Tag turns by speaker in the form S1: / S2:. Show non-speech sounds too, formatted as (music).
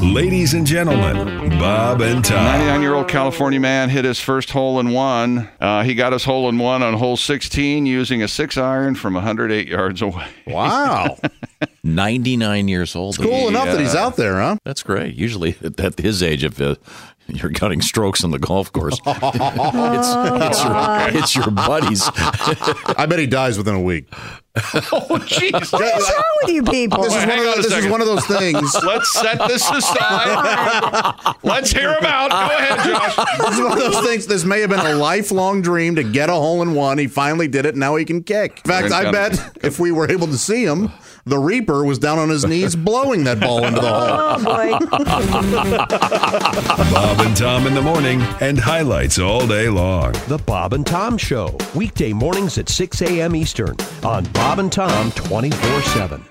S1: Ladies and gentlemen, Bob and Tom.
S2: 99 year old California man hit his first hole in one. Uh, he got his hole in one on hole 16 using a six iron from 108 yards away.
S3: Wow.
S4: 99 years old.
S3: cool enough that he's out there, huh?
S4: That's great. Usually (laughs) at, at his age, if uh, you're cutting strokes on the golf course, it's, it's, your, it's your buddies.
S3: I bet he dies within a week.
S2: Oh, jeez.
S3: Yeah,
S5: What's wrong with you
S4: (laughs)
S5: people?
S3: This, is
S2: Wait,
S3: one,
S2: hang on
S3: of those,
S2: a
S3: this is
S2: second.
S3: one of those things.
S2: (laughs) Let's set this aside. Let's hear him out. Go ahead, Josh.
S3: This is one of those things. This may have been a lifelong dream to get a hole in one. He finally did it. Now he can kick. In fact, I bet if we were able to see him, the Reaper was down on his knees blowing that ball into the
S5: Oh
S3: hole.
S4: (laughs)
S5: boy.
S1: Bob and Tom in the morning and highlights all day long.
S6: The Bob and Tom Show, weekday mornings at 6 a.m. Eastern on Bob and Tom 24 7.